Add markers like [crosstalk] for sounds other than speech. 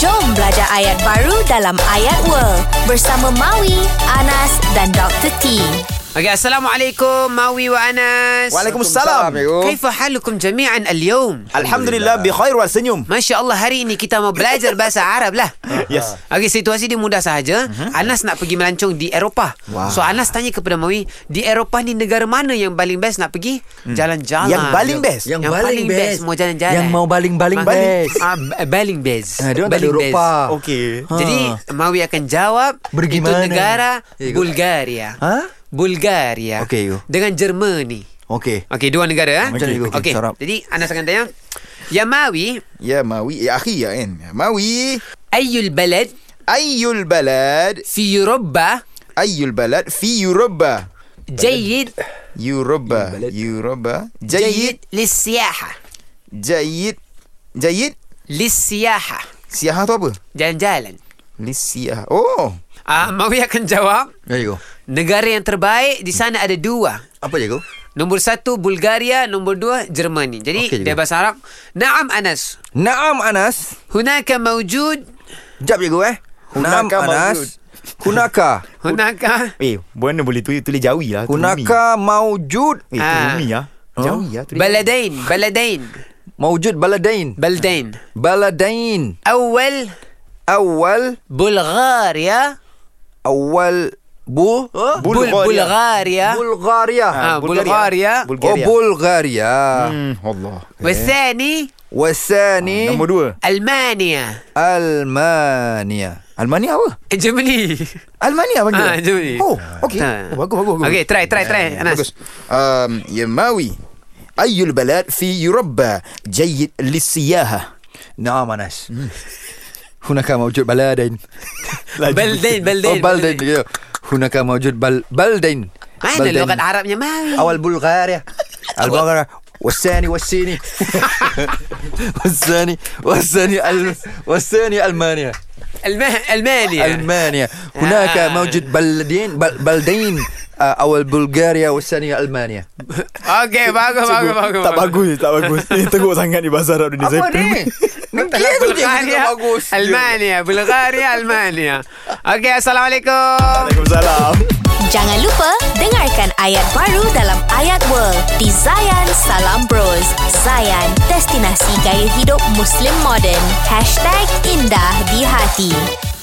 Belajar ayat baru dalam Ayat World bersama Maui, Anas dan Dr. T. Okay, Assalamualaikum Mawi wa Anas Waalaikumsalam. كيف حالكم جميعا اليوم؟ Alhamdulillah bikhair wal senyum. Masya Allah hari ini kita mau belajar bahasa Arab lah [laughs] Yes. Mhm. Okay, situasi dia mudah sahaja Anas nak pergi melancong di Eropah Wah. So Anas tanya kepada Mawi Di Eropah ni negara mana yang paling best nak pergi? Jalan-jalan Hmm. Yang paling best? Yang, paling, best. Mau jalan-jalan Yang mau baling-baling Ah, best. ah, Baling best Ah, dia orang tak ada Baling best. Eropah. Okey. Ha. Jadi Mawi akan jawab Pergi Itu mana? negara Eh, kau- Bulgaria Ha? Bulgaria Okey, you. Dengan Germany Okey. Okey, dua negara eh? Macam mana you? Okey, Sarap. jadi Anas akan tanya Ya Mawi يا ماوي ya, يا أخي يا إن يا ماوي Ayul balad أي البلد Fi Europa أي البلد في يوروبا Jayid يوروبا يوروبا جيد Jayid Lissiyaha جيد جيد Lissiyaha سياحة tu apa? Jalan-jalan للسياحة Oh Ah, Mawi akan jawab There you go. Negara yang terbaik Di sana ada dua Apa je kau? Nombor satu Bulgaria Nombor dua Germany Jadi Okey okay, dia juga. bahasa Arab Naam Anas Naam Anas. Hunaka mawjud Jap je kau eh. Naam Hunaka maujud. Anas. Hunaka. Hunaka Eh, buana boleh tulis tulis Jawi lah. tu Hunaka maujud. Rumi. Eh, tu Ah. Rumi ah. Jawi ah. tulis. Baladain Baladain Maujud baladain. Baladain Baladain. Awal Awal Bulgaria awal bu Ya. Bul- Bulgaria Bulgaria. Oh. Ah, Bulgaria Oh Bulgaria. Hmm, Ah, Allah والثاني Wasani Nombor dua. ألمانيا Almania. Almania apa? جملي Almania panggil Ah, Germany. Oh Okay Ah. oh, Bagus bagus bagus. Okay, try, try, try, Ah, Anas. Bagus um, Ya Mawi أي البلد في يوروبا جيد للسياحة Naam Anas. Hunaka maujud baladain. بلدين بلدين Oh baldain ya. Hunaka maujud bal baldain. أين Baldain. اللغة العربية ماوي أول بلغاريا البلغاريا والثاني [laughs] والصيني والثاني والثاني ال- والثاني ألمانيا الم- ألمانيا ألمانيا هناك آه. موجود بلدين بل- بلدين آه، أول بلغاريا والثانية ألمانيا أوكي باقو باقو باقو Tak bagus, tak bagus. Ini teruk sangat ni bahasa Arab ni. Saya pening. إيه بلغاريا ألمانيا بلغاريا ألمانيا أوكي السلام عليكم Waalaikumsalam. Jangan lupa dengarkan ayat baru dalam Ayat World di Zayan Salam Bros. Zayan, destinasi gaya hidup Muslim modern. #IndahDiHati